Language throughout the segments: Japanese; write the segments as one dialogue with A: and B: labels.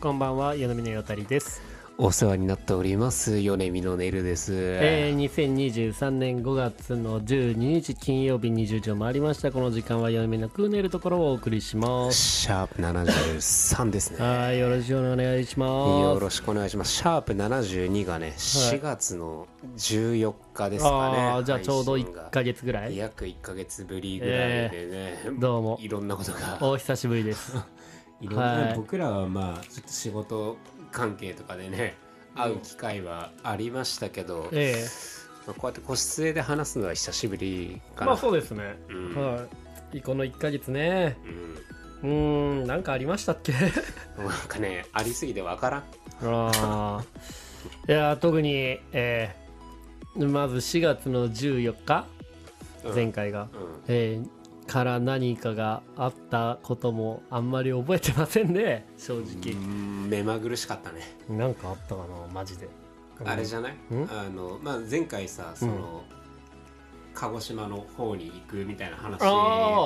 A: こんばんは、よのみのよたりです。
B: お世話になっております米見のねるです、
A: えー、2023年5月の12日金曜日20時を回りました。この時間はよのみのクーネるところをお送りします。
B: シャープ73ですね
A: はい、よろしくお願いします。
B: よろしくお願いしますシャープ72がね4月の14日ですかね、
A: ああー、じゃあちょうど
B: 配信が
A: 1ヶ月ぐらい。
B: 約1ヶ月ぶりぐらいでね、
A: どうも
B: いろんなことが
A: お久しぶりです。
B: いろんな、
A: はい
B: 僕らはまあちょっと仕事関係とかでね会う機会はありましたけど、ま
A: え
B: あこうやって個室で話すのは久しぶり
A: え
B: かな、
A: うですね。
B: うん
A: はい。この1ヶ月ね。
B: うん
A: うーん、なんかありましたっけ
B: なんかねありすぎてわからん
A: あーいやー、特に、えーまず4月の14日、
B: うん
A: 前回が。
B: うん
A: えーから何かがあったこともあんまり覚えてませんね正直、
B: うん目まぐるしかったね、
A: なんかあったかなマジで
B: あれじゃない
A: うん
B: あの、まあ、前回さその、鹿児島の方に行くみたいな話
A: あ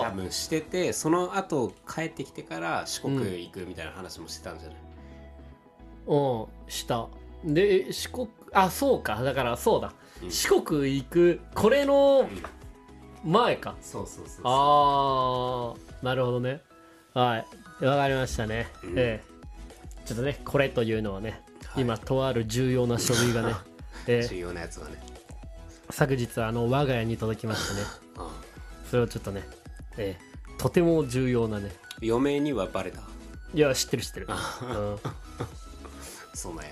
A: ー
B: 多分しててその後帰ってきてから四国行くみたいな話もしてたんじゃない、
A: うんしたでえ四国あそうかだからそうだ、
B: うん
A: 四国行くこれの
B: ん
A: 前か
B: そうそうそうそう
A: ああなるほどねはいわかりましたね、
B: うん
A: ええちょっとねこれというのはね、
B: はい
A: 今とある重要な書類が ね、え
B: 重
A: え
B: 要なやつがね
A: 昨日あの我が家に届きましたね
B: あ
A: それをちょっとね、ええとても重要なね
B: 余命にはバレた
A: いや知ってる知ってる、う
B: あ
A: ん
B: そうなんや、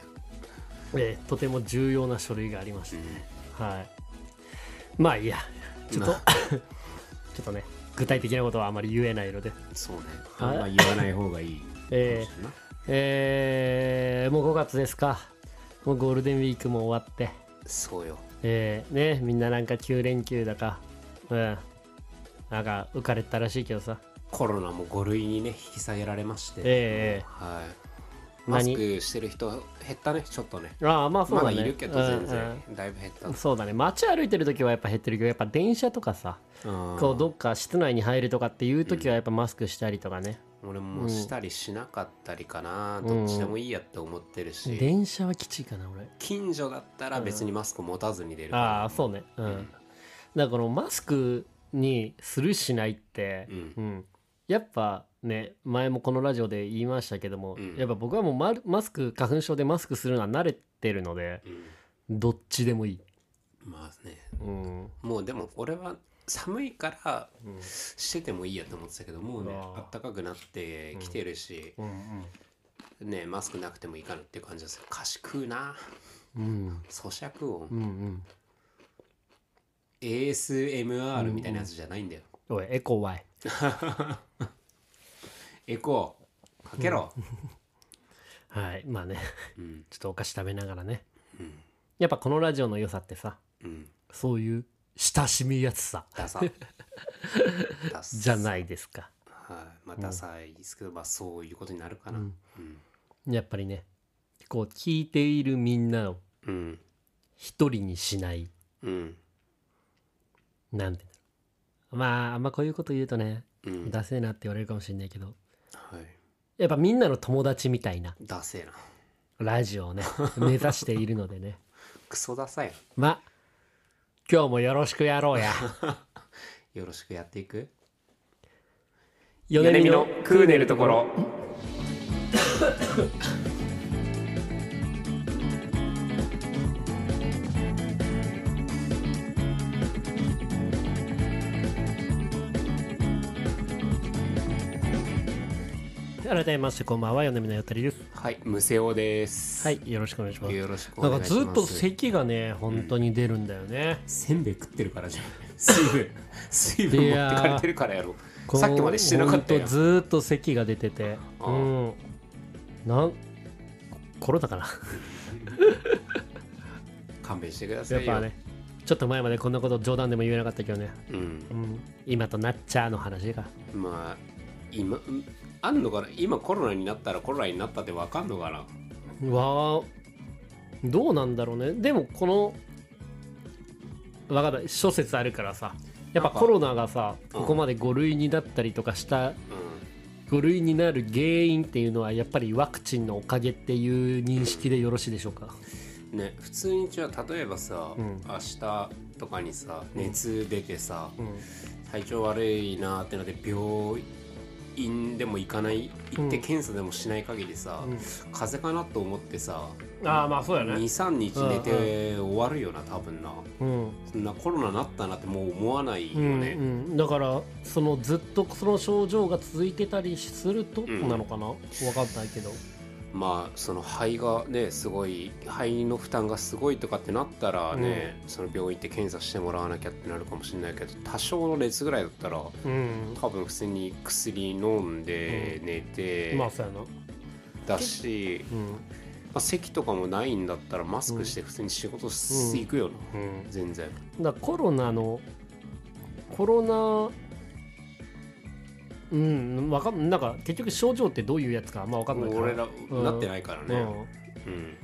A: ええとても重要な書類がありまし
B: う
A: た、
B: ん
A: はいまあいいやちょっと ちょ
B: ま
A: っとね具体的なことはあまり言えないので
B: そうねあ
A: はい
B: んま言わない方がいい
A: え
B: かもしれんな
A: えーもう5月ですかもうゴールデンウィークも終わって
B: そうよ
A: えー、ねみんななんか9連休だかうんなんか浮かれてたらしいけどさ
B: コロナも5類にね引き下げられまして、
A: ええ
B: はい、マス
A: 何
B: クしてる人減ったねちょっとね
A: ああまあそう
B: ま
A: だ
B: だ
A: ね
B: いるけど
A: うん
B: 全然、だいぶ減った
A: うんそうだね街歩いてる時はやっぱ減ってるけどやっぱ電車とかさこうどっか室内に入るとかっていう時はやっぱマスクしたりとかね、
B: うん俺もしたりしなかったりかな、
A: ん
B: どっちでもいいやって思ってるし、
A: 電車はきついかな俺
B: 近所だったら別にマスク持たずに出るから
A: ああそうねうん、だからこのマスクにするしないって、
B: うん
A: やっぱね前もこのラジオで言いましたけども、
B: うん
A: やっぱ僕はもうマルマスク花粉症でマスクするのは慣れてるので
B: うん
A: どっちでもいい、
B: まあね
A: うん
B: もうでも俺は寒いから
A: うん
B: しててもいいやって思ってたけどもうね
A: あ
B: あ
A: ー
B: ったかくなってきてるし、
A: うん
B: ねマスクなくてもいいかなっていう感じですよ賢いな
A: うん
B: 咀嚼音、
A: うんうん、
B: ASMR みたいなやつじゃないんだよ、
A: おいエコーワイ
B: エコーかけろ、
A: はいまあね
B: うん
A: ちょっとお菓子食べながらね
B: うん
A: やっぱこのラジオの良さってさ
B: うん、
A: そういう親しみやすさ
B: ダサダサ
A: じゃ
B: い、
A: ないですか
B: はいまあ、ダサいですけど、まあそういうことになるかなう
A: うんん、やっぱりねこう聞いているみんなを
B: うん
A: 一人にしない
B: うん
A: なんていうのまああんまこういうこと言うとね
B: うん
A: ダセえなって言われるかもしれないけど
B: はい
A: やっぱみんなの友達みたいな
B: ダセえな
A: ラジオをね目指しているのでね
B: クソダサい
A: まあ今日もよろしくやろうや
B: よろしくやっていく
A: よねみの
B: クーネルところ
A: 改めましてこんばんはよねみのよたりです
B: はいムセオです
A: はいよろしくお願いします
B: よろしくお
A: なん
B: 願
A: か
B: いします
A: ずっと咳がね本当に出るんだよね、
B: せんべい食ってるからじゃん水 分水分
A: い
B: 持っ
A: やー
B: てかれてるからやろさっきまでしてなかった
A: ほん
B: よ
A: とずーっと咳が出てて
B: ああ
A: うんなんコロナかな
B: 勘弁してくださ
A: やっ
B: いよ
A: ぱねちょっと前までこんなこと冗談でも言えなかったけどね、
B: うん
A: うん、今となっちゃうの話が
B: まあ今んあんのかな今コロナになったらコロナになったってわかんのかな
A: わあどうなんだろうねでもこのわかんない諸説あるからさやっぱコロナがさ
B: うん
A: ここまで5類になったりとかした
B: う
A: 5類になる原因っていうのはやっぱりワクチンのおかげっていう認識でよろしいでしょうか
B: ね普通にじゃあ例えばさ、
A: ん
B: 明日とかにさ熱出てさ、
A: ん
B: 体調悪いなってなって病院でも行かない行って
A: うん
B: 検査でもしない限りさ、
A: うん
B: 風邪かなと思ってさ
A: ああまあそうや
B: 23日寝て終わるよな多分な
A: うん
B: そんなコロナなったなってもう思わないよ
A: うん
B: ね、
A: うん、だからそのずっとその症状が続いてたりすると
B: ん
A: なのかな、わかんないけど
B: まあその肺がねすごい肺の負担がすごいとかってなったらね、その病院行って検査してもらわなきゃってなるかもしれないけど多少の熱ぐらいだったら
A: うん
B: 多分普通に薬飲んで
A: う
B: 寝て
A: まあそうやな
B: だし、
A: う
B: まあ、咳とかもないんだったらマスクして普通に仕事
A: うん
B: し行くよな、
A: んうん
B: 全然
A: だからコロナのコロナうんわかんなんか結局症状ってどういうやつかあんま分かんないから
B: 俺ら
A: うん
B: なってないからねうん
A: うん、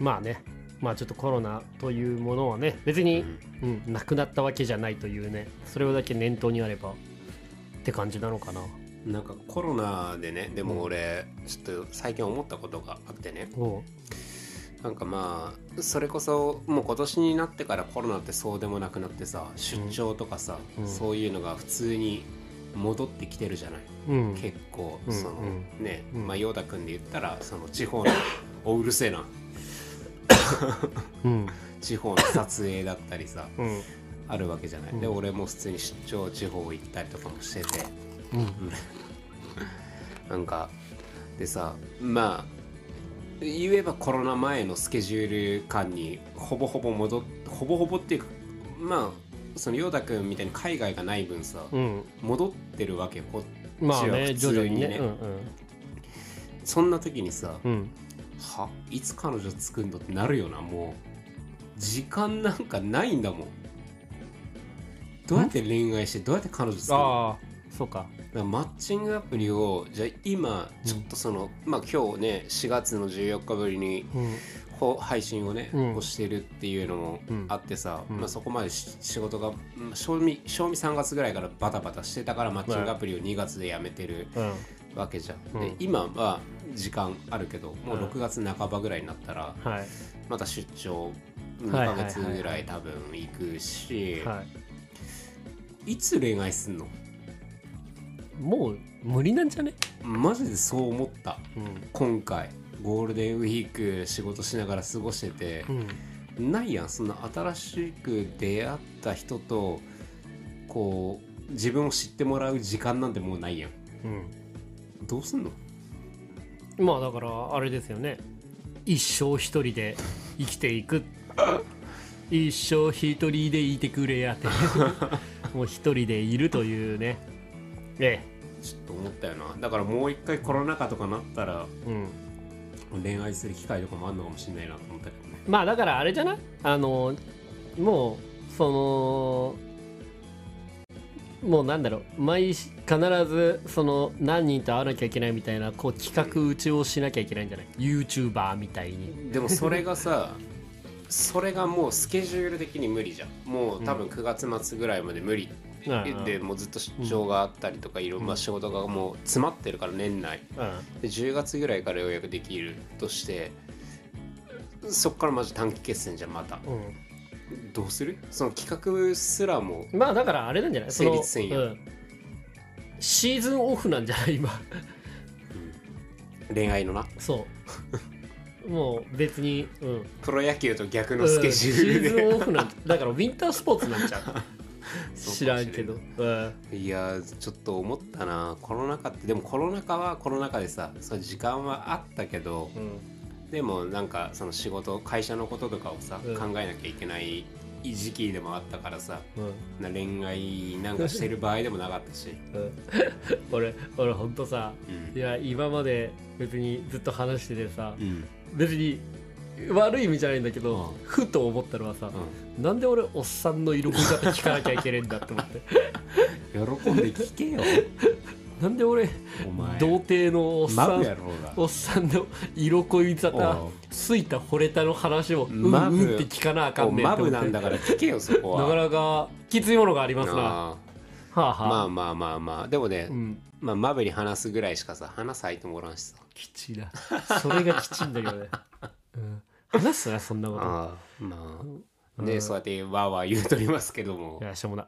A: まあねまあちょっとコロナというものはね別
B: う
A: に、
B: ん
A: うんなくなったわけじゃないというねそれをだけ念頭にあればって感じなのかな
B: なんかコロナでねでも俺ちょっと最近思ったことがあってね
A: おう
B: なんかまあそれこそもう今年になってからコロナってそうでもなくなってさ出張とかさ、
A: うん
B: そういうのが普通に戻ってきてるじゃない、
A: うん
B: 結構
A: うん
B: その、ね、
A: うん
B: まあ陽太君で言ったらその 地方のおうるせえな
A: うん
B: 地方の撮影だったりさ
A: うん
B: あるわけじゃない、
A: うん
B: で俺も普通に出張地方行ったりとかもしてて
A: うん
B: なんかでさまあ言えばコロナ前のスケジュール感にほぼほぼ戻っほぼほぼっていうかまあその陽太くんみたいに海外がない分さ、
A: うん
B: 戻ってるわけよこ
A: まあ
B: こっちは
A: ね
B: 普
A: 徐
B: 通
A: 々にね
B: ね
A: うん
B: そんな時にさ、
A: うんうん
B: はいつ彼女作んのってなるよなもう時間なんかないんだもんどうやって恋愛してどうやって彼女作るの
A: ああそうか
B: だからマッチングアプリをじゃあ今ちょっとその、まあ今日ね4月の14日ぶりに
A: うん
B: ほ配信をね、
A: うん
B: こうしてるっていうのも
A: うん
B: あってさ、
A: うん
B: まあ、そこまでし仕事がうん正味正味3月ぐらいからバタバタしてたからマッチングアプリを2月でやめてる
A: うん
B: わけじゃん、
A: うん
B: で今は時間あるけどもう
A: うん
B: 6月半ばぐらいになったら
A: はい
B: また出張2
A: はい
B: ヶ月ぐ
A: は
B: ら
A: い
B: い多分行くし、
A: はい
B: いつ恋愛すんの
A: もう無理なんじゃね
B: マジでそう思った
A: うん
B: 今回ゴールデンウィーク仕事しながら過ごしてて、
A: うん
B: ないやんそんな新しく出会った人とこう自分を知ってもらう時間なんてもうないやん
A: うん
B: どうすんの
A: まあだからあれですよね一生一人で生きていく一生一人でいてくれやってもう一人でいるというねえ
B: ちょっと思ったよなだからもう一回コロナ禍とかなったら
A: えうん
B: 恋愛する機会とかもあるのかもしれないなと思ったけどね
A: まあだからあれじゃないあのもうそのもうなんだろう毎し必ずその何人と会わなきゃいけないみたいなこう企画打ちをしなきゃいけないんじゃない YouTuber みたいに
B: でもそれがさそれがもうスケジュール的に無理じゃんもう多分9月末ぐらいまで無
A: う
B: 理、
A: ん
B: でもうずっと出張があったりとかいろんな仕事がもう詰まってるから年内
A: う
B: で10月ぐらいからようやくできるとしてそっからまず短期決戦じゃんまた
A: ん、
B: どうするその企画すらも
A: まあだからあれなんじゃないその
B: 成立せんや
A: うんシーズンオフなんじゃない今
B: 恋愛のな
A: そうもう別に、うん、
B: プロ野球と逆のスケジュール
A: うんシーズンオ
B: で、
A: フなんだからウィンタースポーツ なんちゃう
B: そう
A: 知らんけど
B: か
A: う
B: も
A: ん
B: いやーちょっと思ったなコロナ禍ってでもコロナ禍はコロナ禍でさその時間はあったけど、
A: うん
B: でもなんかその仕事会社のこととかをさ、
A: うん
B: 考えなきゃいけない時期でもあったからさ
A: うん
B: な恋愛なんかしてる場合でもなかったし、
A: うん 俺俺ほんとさ
B: うん
A: いや今まで別にずっと話しててさ
B: うんうん
A: 別に悪い意味じゃないんだけど、
B: う
A: ふと思ったのはさ、なんで俺おっさんの色恋方聞かなきゃいけねえんだって思 って
B: 喜んで聞けよ
A: なんで俺
B: お前
A: 童貞のおっさ
B: マ
A: ん
B: ブやろうが
A: おっさんの色恋方
B: おう
A: すいた惚れたの話をうん
B: マブ
A: うんって聞かなあか
B: お
A: んねんっ
B: マ
A: て思
B: ブ
A: って
B: なんだから聞けよそこは
A: なかなかきついものがありますな
B: なあ
A: はあはあ、
B: まあまあまあまあでもね、
A: うん
B: まあ、マベに話すぐらいしかさ話す相手もおらんしさ
A: きちいなそれがきちいんだけ どね、うん、話すなそんなこと
B: ああまあ
A: う
B: ね
A: ん
B: そうやってわーわー言うとりますけども
A: い、やしょう もな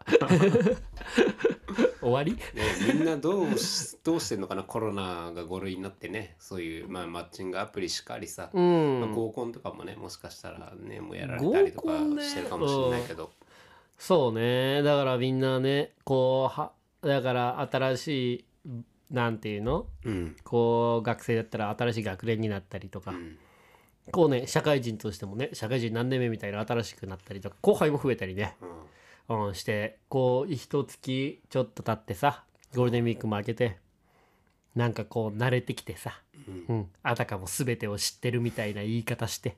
A: 終わり
B: ね、みんなどうしどうしてんのかなコロナが5類になってねそういう、まあ、マッチングアプリしかりさ、
A: う
B: まあ、
A: ん
B: 合コンとかもねもしかしたらねもうやられたりとか
A: 合コンね
B: してるかもしれないけど、
A: そうねだからみんなねこうはだから新しいなんていうの
B: うん
A: こう学生だったら新しい学年になったりと
B: う
A: か、
B: ん
A: こうね社会人としてもね社会人何年目みたいな新しくなったりとか後輩も増えたりね、
B: うん
A: うん、してこう一月ちょっと経ってさゴールデンウィークも明けてなんかこう慣れてきてさ、
B: うん
A: うん、あたかも全てを知ってるみたいな言い方して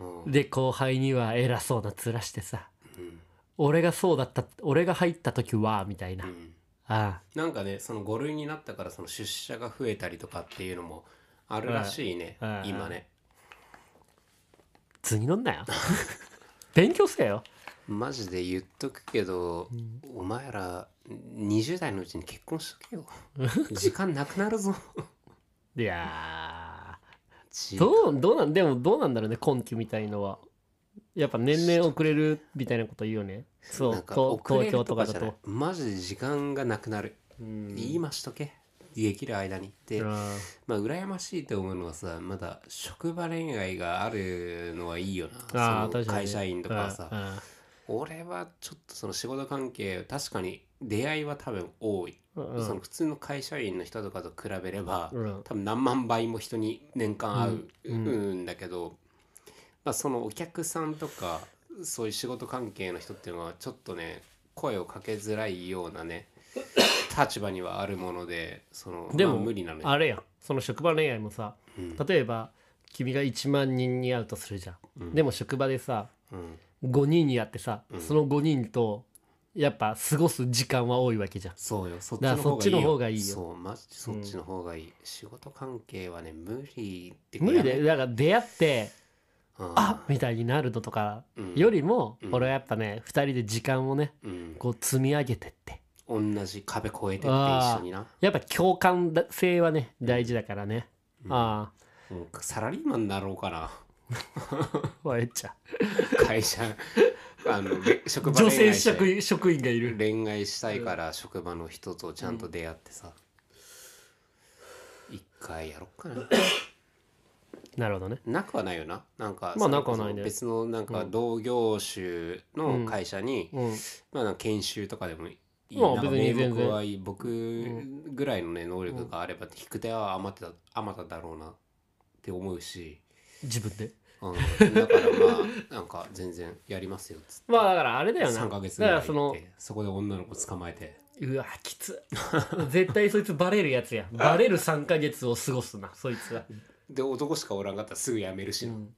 B: うん
A: で後輩には偉そうな面してさ
B: うん
A: 俺がそうだった俺が入った時はみたいな、
B: うん
A: あ
B: なんかねその5類になったからその出社が増えたりとかっていうのもあるらしいね、
A: うんうん
B: 今ね
A: あ図に乗んなよ 勉強せよ
B: マジで言っとくけど、お前ら20代のうちに結婚しと けよ時間なくなるぞ
A: いや
B: 時
A: ーどうどうなんでもどうなんだろうね今期みたいのはやっぱ年々遅れるみたいなこと言うよねそ
B: なん
A: う
B: か
A: と
B: 遅
A: 東
B: れる
A: 京とか
B: じ
A: だ
B: ゃない
A: と
B: マジで時間がなくなる、
A: うん
B: 今しとけできる間にって、
A: あ
B: まあ羨ましいと思うのはさまだ職場恋愛があるのはいいよな
A: あー
B: その
A: 確かに
B: 会社員とかさ、
A: あ
B: 俺はちょっとその仕事関係確かに出会いは多分多い、
A: あうん
B: その普通の会社員の人とかと比べれば、
A: うん
B: 多分何万倍も人に年間会う、う
A: うんん
B: だけど、まあ、そのお客さんとかそういう仕事関係の人っていうのはちょっとね声をかけづらいようなね立場にはあるものでその
A: でも
B: まあ無理なのよ
A: あれやんその職場恋愛もさ
B: うん
A: 例えば君が1万人に会うとするじゃん、
B: うん
A: でも職場でさ
B: うん、
A: 5人に会ってさ、
B: うん
A: その5人とやっぱ過ごす時間は多いわけじゃん
B: そうよそっち
A: だ
B: の
A: から
B: 方がいいよ
A: そっちの方がいいよ
B: そうマジでそっちの方がいい、仕事関係はね無理って
A: 無理だ
B: や
A: よ
B: め
A: だから出会って
B: うん
A: あみたいになるのとか
B: うん
A: よりも、
B: うん
A: 俺はやっぱね2人で時間をね
B: うん、
A: こう積み上げてって
B: 同じ壁越えてって一
A: あー
B: 緒にな、
A: やっぱ共感だ性はね大事だからね、
B: うん
A: あ
B: もうサラリーマンになろうか
A: あ
B: な
A: わえっちゃ
B: 会社あのれ職場
A: 女
B: 恋
A: 性
B: 愛した
A: 職
B: い
A: 員職員がいる
B: 恋愛したいから職場の人とちゃんと出会ってさ、一回やろっかな
A: なるほどね
B: なくはないよななんか
A: まあ
B: それ
A: な
B: こそ
A: くはないね
B: 別のなんか同業種の会社に、
A: うん
B: まあ、なんか研修とかでもいい、
A: まあ
B: なんか
A: 別に
B: 名
A: 全然
B: 目はいい僕ぐらいのね能力があれば引く手は余ってた余っただろうなって思うし、
A: 自分で
B: うん、 だからまあなんか全然やりますよっつって
A: まあだからあれだよな
B: 3ヶ月ぐ
A: だから
B: い
A: らそ
B: 行
A: の
B: ってそこで女の子捕まえて
A: うわきつ絶対そいつバレるや つやバレる3ヶ月を過ごすなそいつは、
B: で男しかおらんかったらすぐやめるし
A: う
B: な、
A: ん、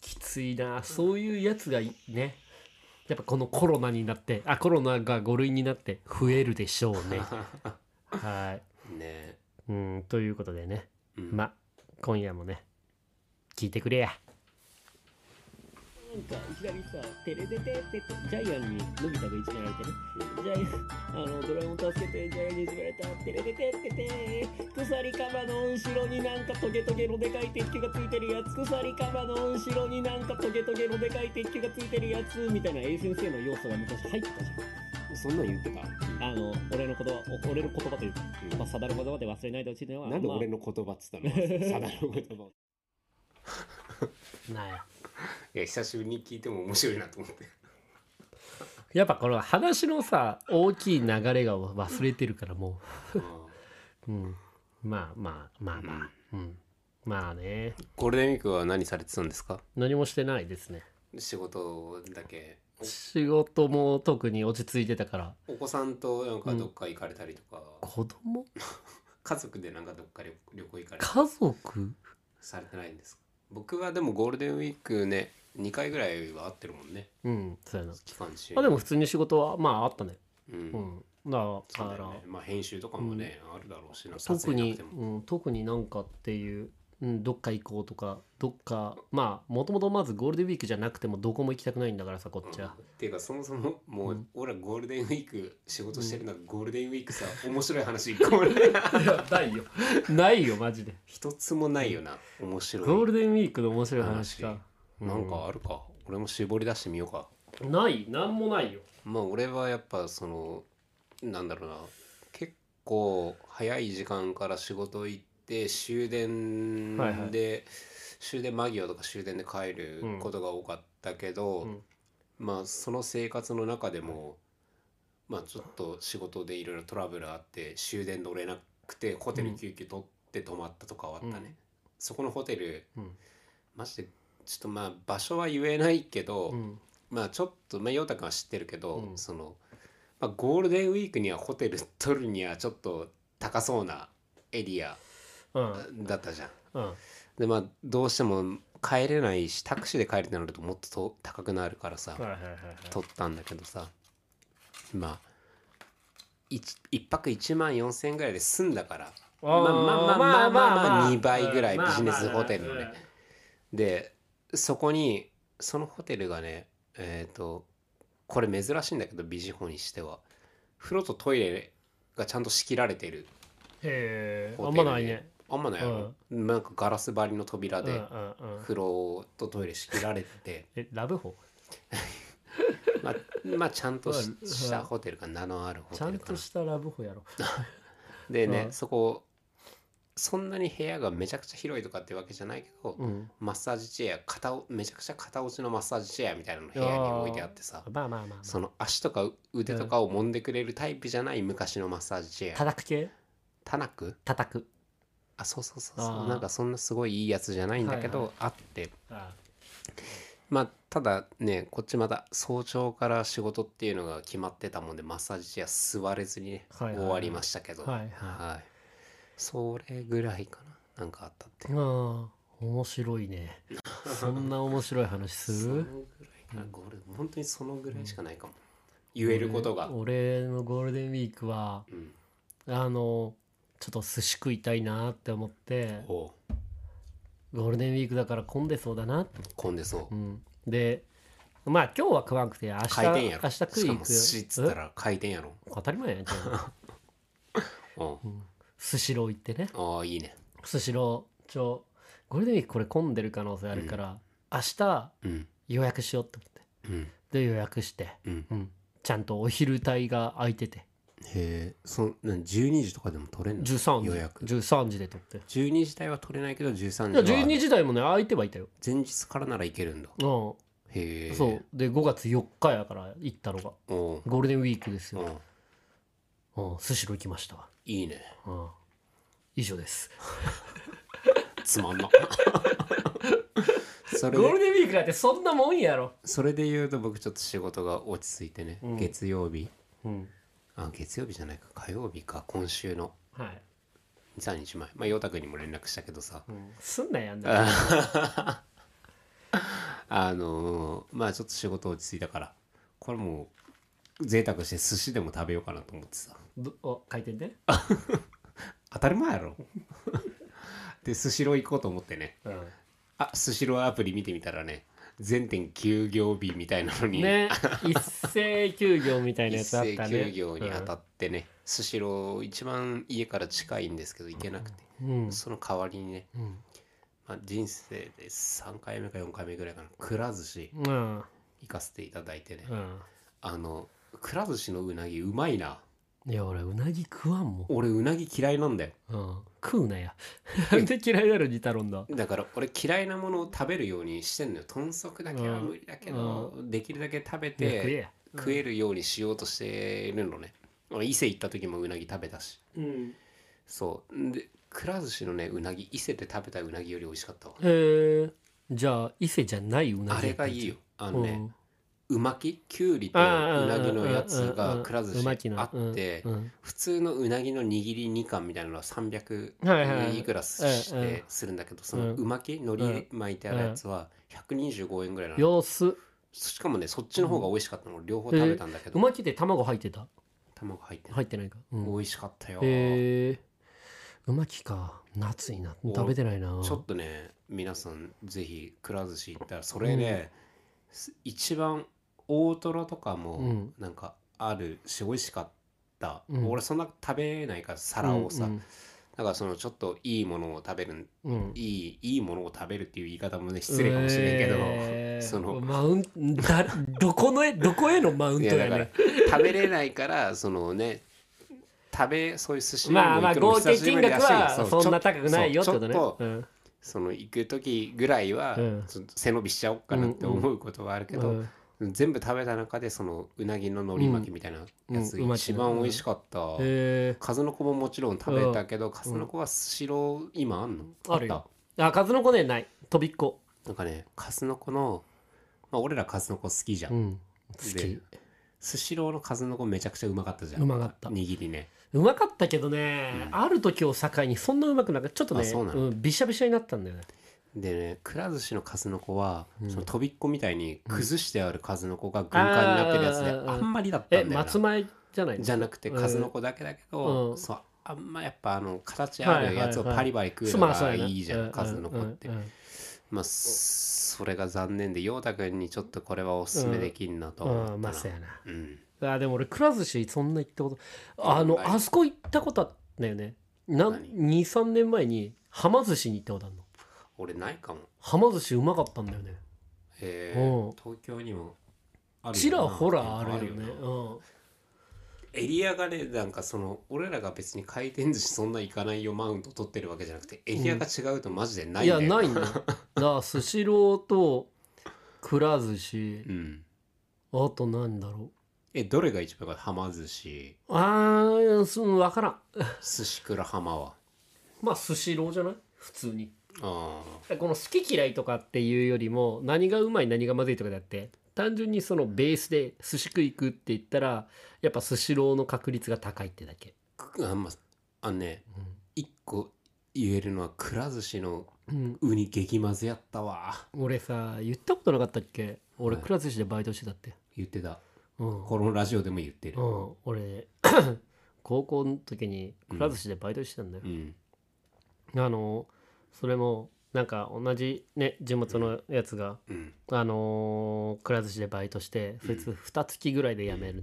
A: きついなそういうやつがいねやっぱこのコロナになってあコロナが5類になって増えるでしょう ねは
B: ねえ
A: いうんということでね
B: うん
A: まあ今夜もね聞いてくれやなんかいきなりさ「テレテテテ」ジャイアンにのび太がいじめられてねジャイアン、あの、ドラえもん助けて、ジャイアンにいじめられた、てれててってて、鎖カバの後ろになんかトゲトゲのでかい鉄球がついてるやつ、鎖カバの後ろになんかトゲトゲのでかい鉄球がついてるやつ、みたいな A 先生の要素が昔入ってたじ
B: そんなん言ってた、
A: ゃん。あの、俺の言葉、お俺の言葉というか、
B: うん
A: まあ、定の言葉で忘れないでほしいのは、
B: なんで
A: まあ
B: 俺の言葉っつったの定の言葉
A: なんや
B: いや久しぶりに聞いても面白いなと思って
A: やっぱこの話のさ、大きい流れが忘れてるからも
B: う
A: う。
B: ん
A: うん。まあまあ、まあまあ。うん。まあね。
B: ゴールデンウィークは何されてたんですか
A: 何もしてないですね。
B: 仕事だけ
A: 仕事も特に落ち着いてたから
B: お子さんとなんかどっか行かれたりとか、
A: 子供
B: 家族でなんかどっか旅旅行行かれたり
A: 家族
B: されてないんですか僕はでもゴールデンウィークね2回ぐらいは会ってるもんね
A: うんそうやな
B: 期間中
A: あでも普通に仕事はまああったね
B: うん、
A: うんだか
B: そうだ
A: ら
B: よねまあ編集とかもね、あるだろうしな撮
A: 特
B: 影な
A: に
B: くても
A: うん特になんかっていううん、どっか行こうとかどっかまあもともとまずゴールデンウィークじゃなくてもどこも行きたくないんだからさこっちは、
B: ていうかそもそももう、
A: うん
B: 俺らゴールデンウィーク仕事してるのはゴールデンウィークさ、面白い話一 個もな い
C: いやないよ
A: ないよマジで
B: 一つもないよな面白い
A: ゴールデンウィークの面白い話か
B: なんかあるか、俺も絞り出してみようか
A: ないなんもないよ
B: まあ俺はやっぱそのなんだろうな結構早い時間から仕事行って終電で、
A: はいは
B: 終電間際とか終電で帰ることが多かったけど、
A: うん
B: まあその生活の中でも、まあちょっと仕事でいろいろトラブルあって終電乗れなくてホテル休憩取って泊まったとかはあったね、
A: うん
B: そこのホテル
A: うん
B: マジでちょっとまあ場所は言えないけど、
A: うん
B: まあちょっとまあ陽太君は知ってるけど、
A: うん
B: その、まあ、ゴールデンウィークにはホテル取るにはちょっと高そうなエリア
A: うん
B: だったじゃん。
A: うん
B: でまあどうしても帰れないしタクシーで帰るってなるともっとと高くなるからさ、
A: はいはいはいはい
B: 取ったんだけどさまあ 1, 泊1万4,000円ぐらいで済んだから
A: あー
B: まあまあまあまあまあ2倍ぐらい
A: うんまあ
B: ビジネスホテルのね
A: まあまあ
B: でそこにそのホテルがねえっ、とこれ珍しいんだけどビジホにしては風呂とトイレがちゃんと仕切られてる
A: へえあ
B: ホ
A: ん
B: テルで
A: まないね
B: あんまないやろ、なんかガラス張りの扉
A: うんう
B: で
A: んうん
B: 風呂とトイレ仕切られてて、
A: えラブホ
B: まあ、まあちゃんとし
A: うん
B: したホテルか名のあるホ
A: ちゃ
B: テ
A: ん
B: ルか
A: と
B: な
A: したラブホやろ
B: でね、
A: うん
B: そこそんなに部屋がめちゃくちゃ広いとかってわけじゃないけど、
A: うん
B: マッサージチェア片おめちゃくちゃ片落ちのマッサージチェアみたいなの部屋に置いてあってさ
A: まあまあまあまあ
B: その足とか腕とかを揉んでくれるタイプじゃない昔のマッサージチェア
A: 叩く系
B: タナック
A: 叩く
B: あそうそうそうそ
A: あ
B: う
A: ー
B: なんかそんなすごいいいやつじゃないんだけど、
A: はい
B: あって
A: あ
B: まあただねこっちまた早朝から仕事っていうのが決まってたもんでマッサージチェア座れずにね、
A: はいはいはい
B: 終わりましたけど
A: はいはい
B: はいそれぐらいかななんかあったって
A: あー面白いねそんな面白い話す
B: その
A: る
B: ぐらいかなゴール本当にそのぐらいしかないかも、言えることが、
A: 俺俺のゴールデンウィークは
B: うん、
A: あのちょっと寿司食いたいなって思って
B: おう
A: ゴールデンウィークだから混んでそうだなって、
B: 混んでそ
A: う
B: う、
A: ん、でまあ今日は食わんくて明日
B: 回転や
A: 明
B: ろ
A: 日食い
B: しか
A: に
B: も
A: 行く
B: 寿司っつったら回転やろ
A: え当たり前やんじゃ あ
B: うん
A: スシロー行ってね
B: ああいいね
A: スシローちょゴールデンウィークこれ混んでる可能性あるから、明日
B: うん
A: 予約しようって思って
B: うん
A: で予約して、
B: うん
A: うん、ちゃんとお昼帯が空いてて
B: へえそんなん12時とかでも取れんの
A: 13時
B: 予約
A: 13時で取って
B: 12時台は取れないけど
A: いや
B: 13時は
A: 12時台もね空いてはいたよ
B: 前日からならいけるんだ
A: う
B: へえ
A: んそうで5月4日やから行ったのが
B: おう
A: ゴールデンウィークです
B: う
A: よ
B: ん
A: うんスシロー行きましたわ
B: いいね
A: うん以上です
B: つまんな それ
A: ゴー
B: で
A: ルデンウィークだってそんなもんやろ
B: それで言うと僕ちょっと仕事が落ち着いてね、
A: うん
B: 月曜日
A: うん
B: あ月曜日じゃないか火曜日か今週の
A: はい
B: 23日前まあ陽太君にも連絡したけどさ、
A: うんすんなやんだから
B: あのーまあちょっと仕事落ち着いたからこれもう贅沢して寿司でも食べようかなと思ってさ
A: どお回転で
B: 当たり前やろ でスシロー行こうと思ってねあスシローアプリ見てみたらね全店休業日みたいなのに、
A: ね一斉休業みたいな
B: 一
A: やつあっ
B: 斉
A: たね
B: 休業に当たってねスシロー一番家から近いんですけど行けなくて、
A: うん
B: その代わりにね、
A: うん
B: まあ、人生で3回目か4回目ぐらいかなくら寿司
A: うん
B: 行かせていただいてね、
A: うん
B: あのくら寿司のうなぎうまいない
A: や俺うなぎ食わんもん、
B: 俺うなぎ嫌いなんだよ
A: うん、食うなやなんで嫌いなのに頼んだ
B: だから俺嫌いなものを食べるようにしてんのよ豚足だけは
A: うん
B: 無理だけど、できるだけ食べ
A: いや食え
B: て
A: や
B: 食えるようにしようとしてるのね俺伊勢行った時もうなぎ食べたし
A: うん
B: そうでくら寿司のねうなぎ伊勢で食べたうなぎより美味しかったわ
A: えー、じゃあ伊勢じゃないうなぎ
B: あれがいいよあのね
A: うん
B: うまききゅうりとう
A: ああ
B: なぎのやつ
A: あああ
B: が
A: あ
B: くら寿
A: う
B: 司
A: まきの
B: あって
A: うんうん
B: 普通のうなぎの握り2貫みたいなのは300
A: はいはい
B: いくらし
A: うんう
B: て
A: ん
B: するんだけどそうの
A: ん
B: うまきのり巻いてあるやつは125円ぐらいなの
A: 様子
B: しかもねそっちの方が美味しかったの両方食べたんだけ
A: う
B: ど
A: まきで卵入ってた
B: 卵入ってない
A: 入ってないか、う
B: 美
A: ん、
B: 味しかったよ
A: えー、巻きか夏にな
B: お
A: 食べてないな
B: ちょっとね皆さんぜひくら寿司行ったらそれね、す一番大トロとか
A: う
B: も
A: ん
B: なんかあるし美味しかった、
A: うん
B: 俺そんな食べないから皿をさ、
A: うん
B: だからそのちょっといいものを食べる
A: うんうん
B: いいいいものを食べるっていう言い方もね失礼かもしれんけど、
A: えー
B: その
A: マウンだどこ のへどこへのマウン
B: い
A: ト
B: や
A: や
B: だから
A: ね
B: 食べれないからそのね食べそういう寿司屋
A: まあまあ
B: 行くのも
A: 合
B: 久
A: 計
B: しぶり
A: 金
B: だ
A: 額
B: し
A: は
B: う
A: そんな高くないよって
B: そ
A: こ
B: う
A: とね
B: ちょっと
A: うん
B: その行く時ぐらいは、
A: うん
B: ちょっと背伸びしちゃおうかなって思うことはあるけど、
A: うん
B: 全部食べた中でそのうなぎの海苔巻きみたいなやつ
A: うんうんうまいね
B: 一番美味しかった、
A: え
B: 数の子ももちろん食べたけど、数の子はスシロー今あんの
A: あるよ
B: った
A: ーあ数の子ねない飛びっこ
B: なんかね数の子の、まあ、俺ら数の子好きじゃん、
A: うん好
B: で
A: き
B: スシローの数の子めちゃくちゃうまかったじゃん
A: うまかった
B: 握りね
A: うまかったけどね、ある時を境にそんなうまくなくちょっとね
B: あそうなの
A: ん、びしゃびしゃになったんだよね
B: でねくら寿司の数の子は、
A: うん
B: その飛びっこみたいに崩してある数の子が軍艦になってるやつで、
A: うんあー
B: あんまりだった
A: え
B: んだよな
A: 松前じゃないの
B: じゃなくて
A: うん
B: 数の子だけだけど、
A: うん
B: そうあんまやっぱあの形あるやつを
A: はいはいはい
B: パリパリ食う
A: す
B: の
A: まんそう
B: が
A: やない
B: いじゃん数の子っ
A: う
B: て
A: んうんうん
B: まあそれが残念で陽太くんにちょっとこれはおすすめできんなと
A: う
B: 思
A: ん
B: っ
A: う
B: た
A: んま
B: な
A: あそうやな
B: うん
A: あでも俺くら寿司そんな行ったことあの
B: はい
A: あそこ行ったことあったよねな
B: 何
A: 23年前にはま寿司に行ったことあるの
B: 俺ないかも
A: はま寿司うまかったんだよね
B: え
A: うん
B: ー、東京にもあ
A: ちらほらあるよね
B: な
A: うん
B: エリアがねなんかその俺らが別に回転寿司そんな行かないよマウント取ってるわけじゃなくてエリアが違うとマジでない
A: い
B: んだよ
A: や ないんだよだからスシローとくら寿司
B: うん
A: あとなんだろ
B: えどれが一番かはま寿司
A: うあーその分からん
B: 寿司くらはまは
A: まあスシローじゃない普通に
B: あ
A: この好き嫌いとかっていうよりも何がうまい何がまずいとかであって単純にそのベースで寿司食い行くって言ったらやっぱスシローの確率が高いってだけ、
B: ーあんまあのね一個言えるのはくら寿司の
A: うん
B: ウニ激まずやったわ
A: 俺さ言ったことなかったっけ俺
B: はい
A: くら寿司でバイトしてたって、
B: 言ってた
A: うん
B: このラジオでも言ってる
A: うん、俺 高校の時にくら寿司でバイトしてたんだよ
B: う、ん
A: あのそれもなんか同じね地元のやつが、
B: うん
A: あのーくら寿司でバイトしてそいつ2月ぐらいで辞めるの、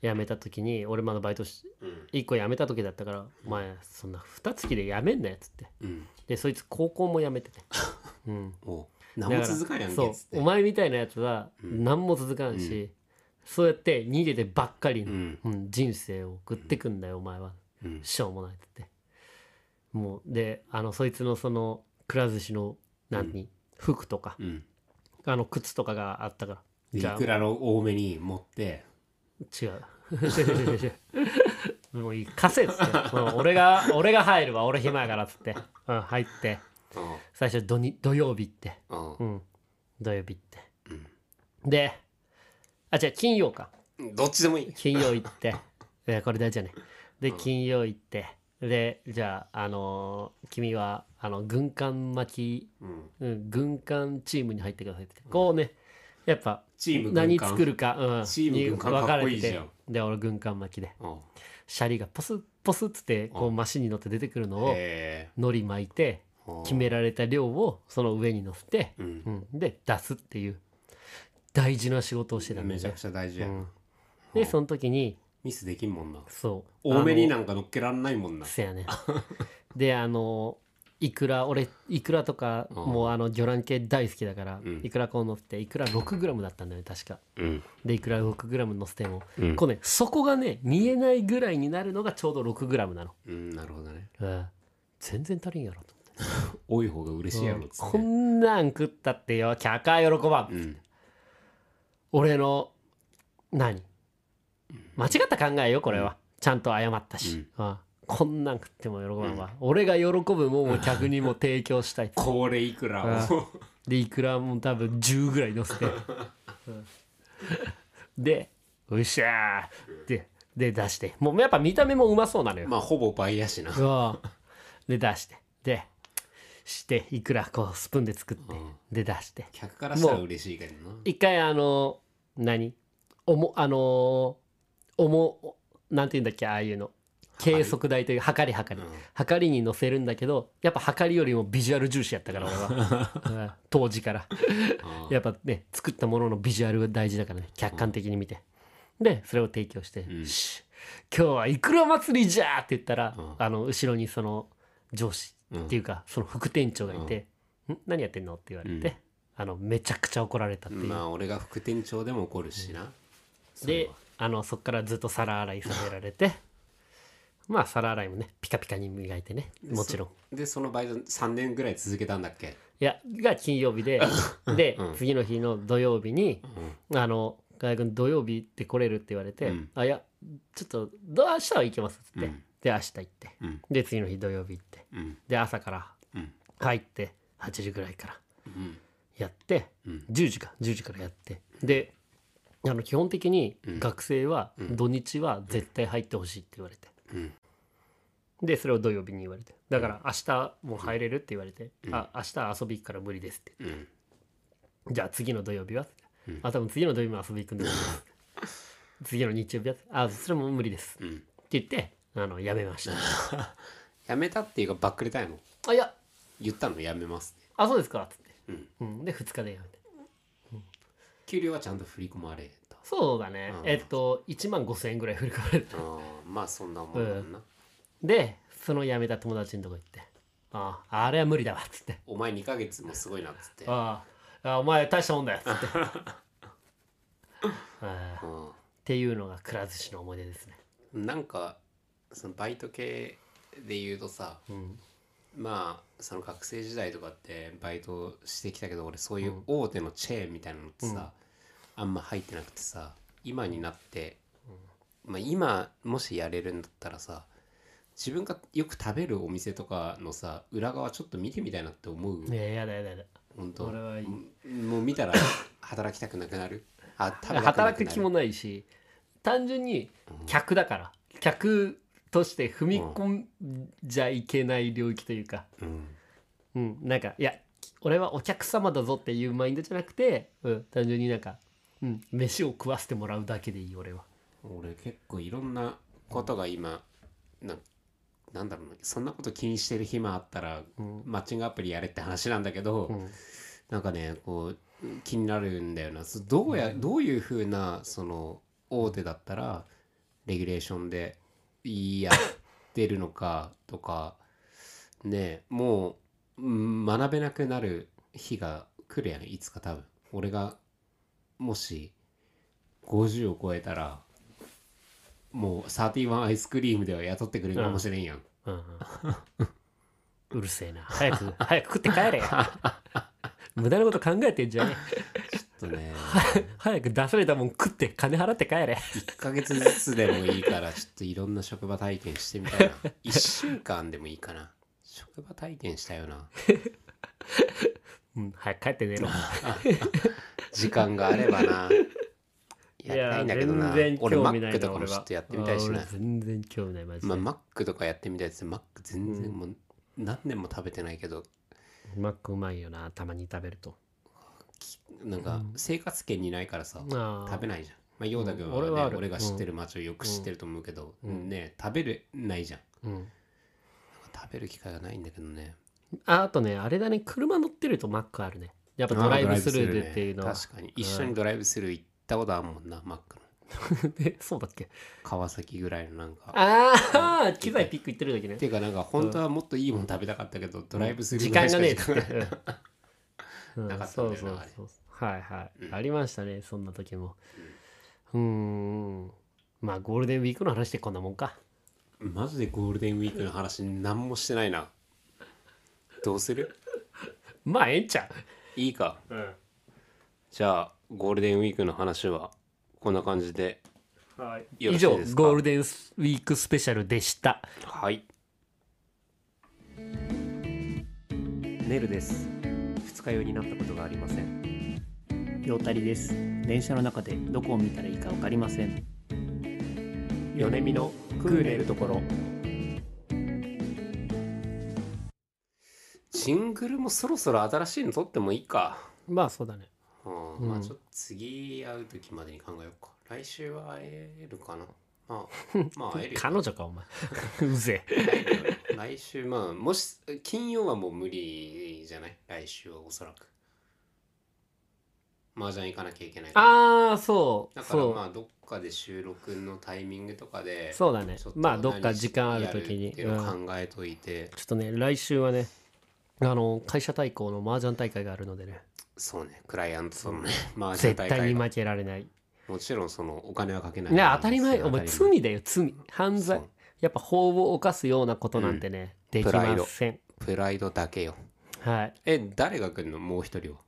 A: 辞めた時に俺まだバイトし
B: うん
A: 1個辞めた時だったから「お前そんな2月で辞めんなよ」っつって
B: うん
A: でそいつ高校も辞めて て、うん、
B: おう何も続かんやんけ
A: そ
B: っつっ
A: う
B: て
A: お前みたいなやつは
B: うん
A: 何も続かんし、そうやって逃げてばっかり
B: う
A: の、
B: ん
A: うん人生を送ってくんだよ、お前は
B: うん
A: しょうもないっつってもうであのそいつのそのくら寿司の何に、服とか
B: うん
A: あの靴とかがあったから
B: でい
A: じゃあ
B: くらの多めに持って
A: 違う 違う違う違うもういい稼いっつってもう俺が俺が入るわ俺暇やからっつって、うん、入って
B: う
A: 最初土に土曜日行って
B: ん
A: う
B: うん
A: 土曜日行って、であ違う金曜か
B: んどっちでもいい
A: 金曜行ってでこれ大事やねで金曜行ってでじゃああのー君はあの軍艦巻き、
B: うん
A: うん、軍艦チームに入ってくださいってこうねやっぱ
B: チーム軍艦
A: 何作るか、うん、
B: チーム軍艦
A: に分かれて
B: かっこいいじゃん
A: で俺軍艦巻きで
B: うん
A: シャリがポスッポスッつってこう
B: うん
A: マシンに乗って出てくるのを
B: へえ
A: 海苔巻いて決められた量をその上に乗せて、
B: うん
A: うん、で出すっていう大事な仕事をしてたんだ
B: め
A: よ
B: ちゃ
A: ね
B: くちゃ大事や
A: うん
B: ん
A: でその時に
B: ミスできんもんな
A: そう
B: 多め
A: あ
B: に
A: の
B: なんか乗っけらんないもんな
A: せやねであのいくら俺いくらとか
B: うん
A: もうあの魚卵系大好きだから、
B: うん
A: いくらこう乗せていくら 6g だったんだよね確か
B: うん
A: でいくら 6g 乗せても、
B: うん
A: こうねそこがね見えないぐらいになるのがちょうど 6g なの、
B: うんなるほどね
A: うん、全然足りんやろと
B: 多い方が嬉しいやろっつっ
A: こ
B: て
A: んなん食ったってよキャカ喜ばん、
B: うん
A: 俺の何間違った考えよこれは、ちゃんと謝ったし、ああこんなん食っても喜ばんわ、俺が喜ぶもんを客にも提供した い
B: これいくらを
A: でいくらも多分10ぐらい乗せ て、うんで「うっしゃー」でで出してもうやっぱ見た目もうまそうな のよ、
B: まあほぼ倍やしな
A: そうで出してでしていくらこうスプーンで作って、
B: うん
A: で出して
B: 客からしたら嬉しいけどな
A: 一回あの何おもあのおもなんて言うんだっけああいうの計測台という測り測り
B: うん
A: 測りに載せるんだけどやっぱ測りよりもビジュアル重視やったから俺 は、うん当時から
B: あー
A: やっぱね作ったもののビジュアルが大事だからね客観的に見て、でそれを提供して「
B: ん
A: し今日はいくら祭りじゃ!」って言ったら、
B: うん
A: あの後ろにその上司
B: うん
A: っていうか、その副店長がいて「ん何やってんの?」って言われて、
B: うん
A: あのめちゃくちゃ怒られたっていう、
B: まあ俺が副店長でも怒るしな、それ
A: で
B: は
A: あのそっからずっと皿洗いさせられて まあ皿洗いもねピカピカに磨いてねもちろん
B: でそのバイト3年ぐらい続けたんだっけ
A: いやが金曜日でで、次の日の土曜日に「あの河合君土曜日って来れる?」って言われて「
B: うん
A: あいやちょっとど明日は行けます」っつって、
B: うん
A: で明日行って
B: うん
A: で次の日土曜日行って
B: うん
A: で朝から
B: うん
A: 入って8時ぐらいから
B: うん
A: やって、
B: うん
A: 10時か10時からやってであの基本的に学生は土日は絶対入ってほしいって言われて、
B: うん
A: でそれを土曜日に言われてだから明日もう入れるって言われて、あ明日遊び行くから無理ですって
B: うん
A: じゃあ次の土曜日は、あ多分次の土曜日も遊び行くんです 次の日曜日はあそれも無理です、
B: ん
A: って言ってあのやめました
B: やめたっていうかばっくれたいの
A: あいや
B: 言ったのやめますって
A: あそうですかっつって、
B: うん
A: うん、で2日でやめて
B: 給料はちゃんと振り込まれた
A: そうだね、
B: うん
A: えっと1万5,000円ぐらい振り込まれた
B: あーまあそんなもんだな、
A: でその辞めた友達のとこ行って「あああれは無理だわ」っつって
B: お前2ヶ月もすごいなっつって
A: 「あああお前大したもんだよ」っつ ってああっ
B: うん
A: ていうのがくら寿司の思い出ですね
B: なんかそのバイト系で言うとさ、
A: ん
B: まあその学生時代とかってバイトしてきたけど俺そういう大手のチェーンみたいなのってさ、あんま入ってなくてさ今になって、まあ、今もしやれるんだったらさ自分がよく食べるお店とかのさ裏側ちょっと見てみたいなって思う
A: いややだやだやだ
B: 本当
A: 俺はいい
B: うんもう見たら働きたくなくなるあ食べたくなくなる
A: 働く気もないし単純に客だから、客として踏み込んじゃいけない領域というか
B: うん
A: うんなんかいや俺はお客様だぞっていうマインドじゃなくて、うん、単純になんか、うん、飯を食わせてもらうだけでいい俺は
B: 俺結構いろんなことが今ななんだろうなそんなこと気にしてる暇あったら、マッチングアプリやれって話なんだけど、
A: ん
B: なんかねこう気になるんだよなそどうや、どういうふうなその大手だったらレギュレーションでやってるのかとかねもううん学べなくなる日が来るやんいつか多分俺がもし50を超えたらもう31アイスクリームでは雇ってくれるかもしれんやん、
A: うんうんうるせえな早く 早く食って帰れよ無駄なこと考えてんじゃねえ
B: ちょっとね
A: 早く出されたもん食って金払って帰れ
B: 1ヶ月ずつでもいいからちょっといろんな職場体験してみたいな1 週間でもいいかな職場体験したよな
A: うん早く帰って寝ろ
B: 時間があればなやりたいんだけどない
A: や全然
B: 俺マ
A: 興味ない
B: ッ
A: な
B: クとかも
A: 俺
B: ち
A: は
B: ょっとやってみたいし
A: あ
B: な
A: ー俺全然興味ないマジで、
B: まあマックとかやってみたいですマック全然もう何年も食べてないけど
A: マックうまいよなたまに食べると
B: なんか生活圏にないからさ
A: あー
B: 食べないじゃんまあ陽太君は
A: うん俺はあ
B: ね
A: る
B: 俺が知ってる街をよく知ってると思うけどね食べれないじゃん
A: うん
B: 食べる機会がないんだけどね
A: ああとねあれだね車乗ってるとマックあるねやっぱドライブスルーでっていうのは、
B: 確かに一緒にドライブスルー行ったことあるもんな、マックの
A: え そうだっけ
B: 川崎ぐらいのなんか
A: ああ機材ピック行ってる時ね
B: っていうかなんか本当はもっといいもん食べたかったけど、ドライブスルー
A: 時
B: ぐら
A: 間
B: いし
A: が
B: か
A: ねえっつっ
B: 時間が
A: て。うん
B: なかった
A: そ
B: ん
A: う
B: だよ
A: そう
B: なあれ
A: そうはいはい、ありましたねそんな時もうーんまあゴールデンウィークの話ってこんなもんか
B: マジでゴールデンウィークの話何もしてないなどうする
A: まあええんちゃ
B: いいか
A: う、うん、
B: じゃあゴールデンウィークの話はこんな感じでよ
A: 以
B: ろしい
A: 上
B: ですか
A: ゴールデンウィークスペシャルでした
B: はいネルです二日酔いになったことがありません
A: 陽たりです電車の中でどこを見たらいいか分かりません
B: 米見のクーネルところジングルもそろそろ新しいの撮ってもいいか、
A: まあそうだね
B: うん
A: うん
B: まあちょっと次会う時までに考えようか来週は会えるかな まあ、まあ、会えるよ
A: 彼女か お前うぜえ
B: 来週、まあ、もし、金曜はもう無理じゃない来週はおそらく。麻雀行かなきゃいけないから。
A: ああそう
B: だから
A: そう、
B: まあ、どっかで収録のタイミングとかで、
A: そうだね
B: ちょと
A: まあどっか時間ある時に
B: やっていうのを考えといて、
A: ちょっとね来週はねあの会社対抗の麻雀大会があるのでね
B: そうね、クライアントとのね、麻
A: 絶
B: 雀大
A: 対
B: 会
A: に
B: が。
A: 負けられない
B: もちろん、その、お金はかけない。
A: ね当たり前お前
B: 当たり
A: 罪だよ罪犯罪
B: そう
A: やっぱ法を犯すようなことなんてね、でき
B: プライ
A: ま
B: ド
A: せん
B: プライドだけよ。
A: はい
B: え、誰が来るのもう一人は。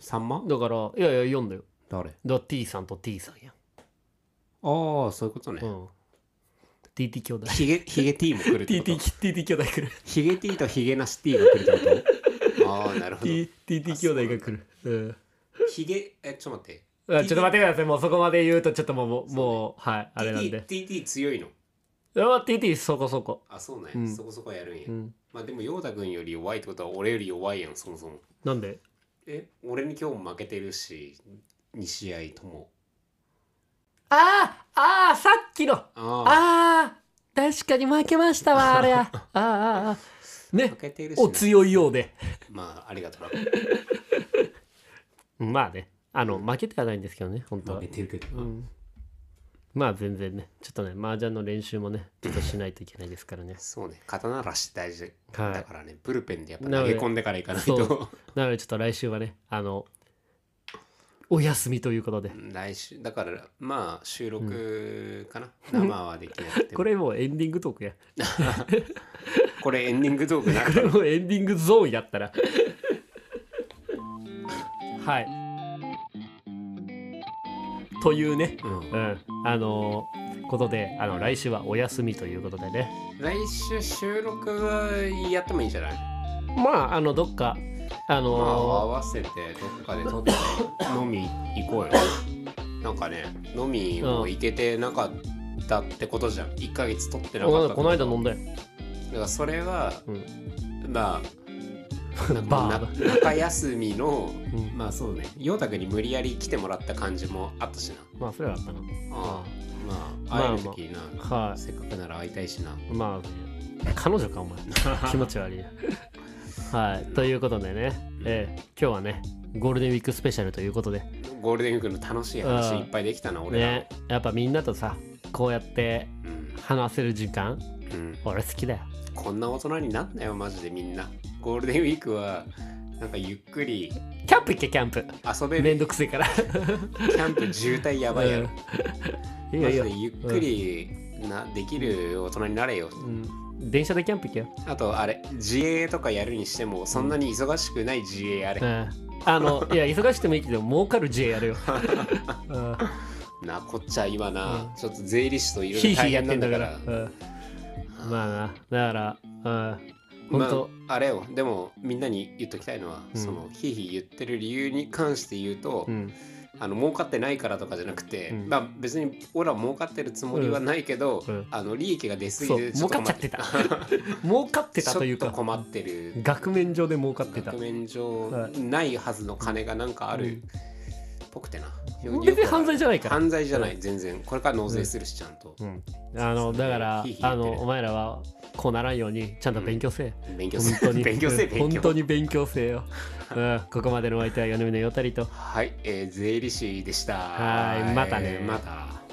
B: さんま
A: だからいやいや読んだよだ
B: 誰
A: から T さんと T さんや
B: ああ、そういうこと
A: う
B: ね。
A: ん TT 兄 弟
B: ヒゲ、ヒゲ T も来るってこと
A: TT 兄弟来る
B: ヒゲ T とヒゲなし T が来るってことああ、なるほど。
A: T- TT 兄弟が来るうん
B: ヒゲ、え、ちょっと待って。
A: あちょっと待ってくださいもうそこまで言うとちょっともう
B: そうね
A: もうはいあれなん
B: TT、
A: で
B: TT 強いの。
A: うわ TT そこそこ
B: あ、そうね、
A: うん
B: そこそこやるんや。
A: うん
B: まあでも、ヨータ君より弱いってことは、俺より弱いやん、そもそも。
A: なんで
B: え、俺に今日も負けてるし、2試合とも。
A: あーあーさっきの
B: ああ、
A: ああ確かに負けましたわあれ ああああね
B: 負けてるし
A: お
B: な、
A: 強いようで
B: まあ、ありが とな。
A: まあねあの負けてはないんですけどね本当
B: 負
A: は
B: けてるけど
A: う
B: な。
A: んまあ全然ねちょっとね麻雀の練習もねちょっとしないといけないですからね
B: そうね、肩慣らし大事
A: はい
B: だからね、ブルペンでやっぱ投げ込んでからいかない
A: なので
B: と。
A: なのでちょっと来週はねあのお休みということで
B: 来週、だから、まあ、収録かな。生はできなくても。
A: これもうエンディングトークや
B: これエンディングトークな
A: こ
B: く
A: れもうエンディングゾーンやった らはいというねうん、あのーことであの来週はお休みということでね
B: 来週収録はやってもいいんじゃない、
A: まああのどっかあ
B: まあ、合
A: の
B: わせてどっかで撮って飲み行こうよなんかね飲みも行けてなかったってことじゃん1ヶ月撮って
A: ー
B: なかった
A: この間飲ん
B: だ
A: だよ、
B: だからそれは
A: うん
B: まあなんか
A: バ
B: な
A: ー
B: 中休みの
A: うん
B: まあそうね陽太君に無理やり来てもらった感じもあったしな
A: まあそれはあったな
B: ああ
A: まあ
B: まあ
A: まあ
B: 会える時な、
A: は
B: せっかくなら会いたいしな
A: いまあね彼女かお 前気持ち悪いよはいということでね、えー今日はねゴールデンウィークスペシャルということで
B: ゴールデンウィークの楽しい話いっぱいできたな俺ら
A: ねやっぱみんなとさこうやって
B: うん
A: 話せる時間
B: うん、
A: 俺好きだよ
B: こんな大人になんなよマジでみんなゴールデンウィークはなんかゆっくり
A: キャンプ行けキャンプ
B: 遊べ
A: め
B: る
A: んどくせえから
B: キャンプ渋滞やばいやろ
A: いいよい
B: マ
A: い
B: ジ
A: よ
B: でゆっくりなできる大人になれよ
A: うん、電車でキャンプ行けよ
B: あとあれ自営とかやるにしてもそんなに忙しくない自営やれ
A: うんあのいや忙しくてもいいけど儲かる J やる よ、うん、
B: なこっちゃ今な
A: う
B: ちょっと税理士といろ
A: ヒ
B: い
A: ー
B: ろ
A: ヒー
B: 大
A: やっ
B: 変な
A: て
B: ん
A: ん
B: だ
A: だ
B: か
A: からら、うん、まあなだからうん
B: ま
A: 本当、
B: あ、あれよでもみんなに言っときたいのは、
A: うん
B: そのひいひい言ってる理由に関して言うと、
A: うん
B: あの儲かってないからとかじゃなくて、
A: うん
B: まあ別に俺は儲かってるつもりはないけど、
A: うん
B: あの利益が出すぎ
A: そう
B: て
A: 儲かっちゃって た儲かってたという
B: ちょっ
A: か
B: と困ってる
A: 額面上で儲かってた
B: 額面上
A: はい
B: ないはずの金がなんかあ
A: う
B: る
A: ん
B: っぽくてな、
A: 別に犯罪じゃないから
B: 犯罪じゃない全然これから納税するしちゃんと
A: うん、あのだから
B: ヒーヒー言
A: あ
B: ってる
A: のお前らはこうならんようにちゃんと勉強せえ、
B: 勉強
A: 本
B: す
A: 当
B: る
A: に
B: 勉強せえ
A: うん
B: 勉
A: 本当
B: 強
A: に勉強せえよ、うん、ここまでのお相手は米峰よたりと
B: はい、えー税理士でした
A: はいまたね
B: また